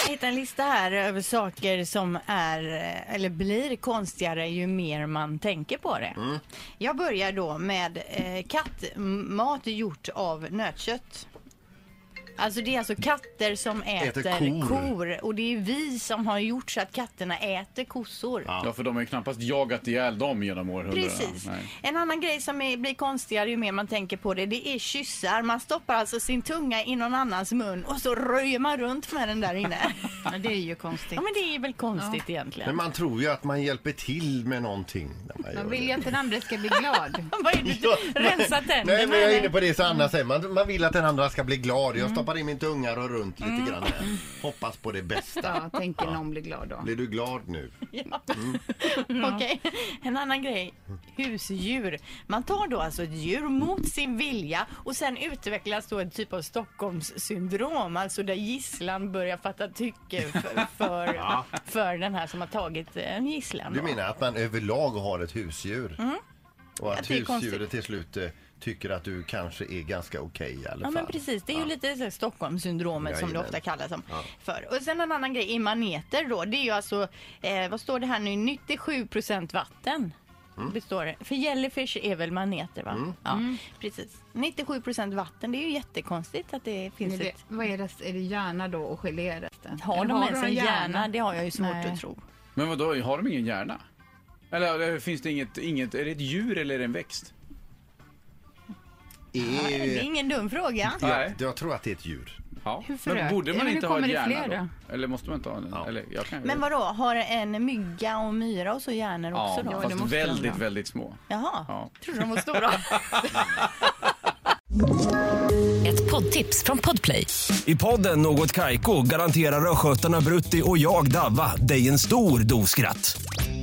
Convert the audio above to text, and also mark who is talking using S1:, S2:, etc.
S1: Jag hittade en lista här över saker som är eh, eller blir konstigare ju mer man tänker på det.
S2: Mm.
S1: Jag börjar då med eh, kattmat gjort av nötkött. Alltså det är alltså katter som äter,
S2: Äter kor.
S1: kor och det är vi som har gjort så att katterna äter kossor.
S3: Ja, för de har ju knappast jagat ihjäl dem genom århundradena.
S1: Precis.
S3: Nej.
S1: En annan grej som är, blir konstigare ju mer man tänker på det, det är kyssar. Man stoppar alltså sin tunga i någon annans mun och så röjer man runt med den där inne.
S4: Ja, det är ju konstigt.
S1: ja men det är väl konstigt egentligen.
S2: Men man tror ju att man hjälper till med någonting. När man gör
S4: Man vill ju
S2: det.
S4: att den andra ska bli glad.
S1: Vad är det
S2: Ja,
S1: du
S2: men-
S1: rensar tänderna?
S2: Nej, men jag är
S1: eller? Mm.
S2: inne på det som Anna säger. Man, man vill att den andra ska bli glad. Jag stoppar in min tunga och rör runt lite grann här. Hoppas på det bästa.
S4: Ja, tänker någon blir glad då.
S2: Blir du glad nu? Mm.
S1: Okej, en annan grej. Husdjur. Man tar då alltså ett djur mot sin vilja och sen utvecklas då en typ av Stockholmssyndrom, alltså där gisslan börjar fatta tycke för, för, för den här som har tagit eh, en gisslan.
S2: Du
S1: då.
S2: menar att man överlag har ett husdjur? Och att
S1: det är Mm. konstigt.
S2: husdjuret till slut eh, tycker att du kanske är ganska okej i alla
S1: Ja
S2: fall.
S1: men precis, det är ju lite så här Stockholmssyndromet som det
S2: Jajamän.
S1: ofta kallas som för. Och sen en annan grej i maneter då, det är ju alltså, eh, vad står det här nu, 97% vatten.
S3: Mm.
S1: Består det. För jellyfish är väl maneter va? Ja,
S4: Mm.
S1: precis. 97% vatten, det är ju jättekonstigt att det
S4: Är
S1: finns
S4: det,
S1: ett...
S4: vad är rest, är det hjärna då och gelé är resten?
S1: Har
S4: Eller
S1: de ens
S4: någon
S1: en hjärna? Det har jag ju svårt
S4: Nej.
S1: att tro.
S3: Men vadå, har de ingen hjärna? Eller, eller finns det inget, inget, är det ett djur eller är det en växt?
S1: Det är
S2: Är...
S1: ingen dum fråga.
S2: Jag, jag tror att det är ett djur.
S3: Ja. Men
S4: frök?
S3: borde man
S4: Men hur
S3: inte ha
S4: kommer
S3: en
S4: det
S3: hjärna
S4: fler
S3: då? Eller måste man inte ha en? Eller, jag kan,
S1: Men vadå, har en mygga och myra och så hjärnor
S3: Ja,
S1: också då?
S3: fast
S4: måste de
S3: väldigt,
S4: ha.
S3: väldigt små.
S1: Jaha,
S3: Ja.
S1: trodde de var stora.
S5: Ett poddtips från Podplay.
S6: I podden Något Kaiko garanterar östgötarna Brutti och jag, Davva, dig en stor dos skratt.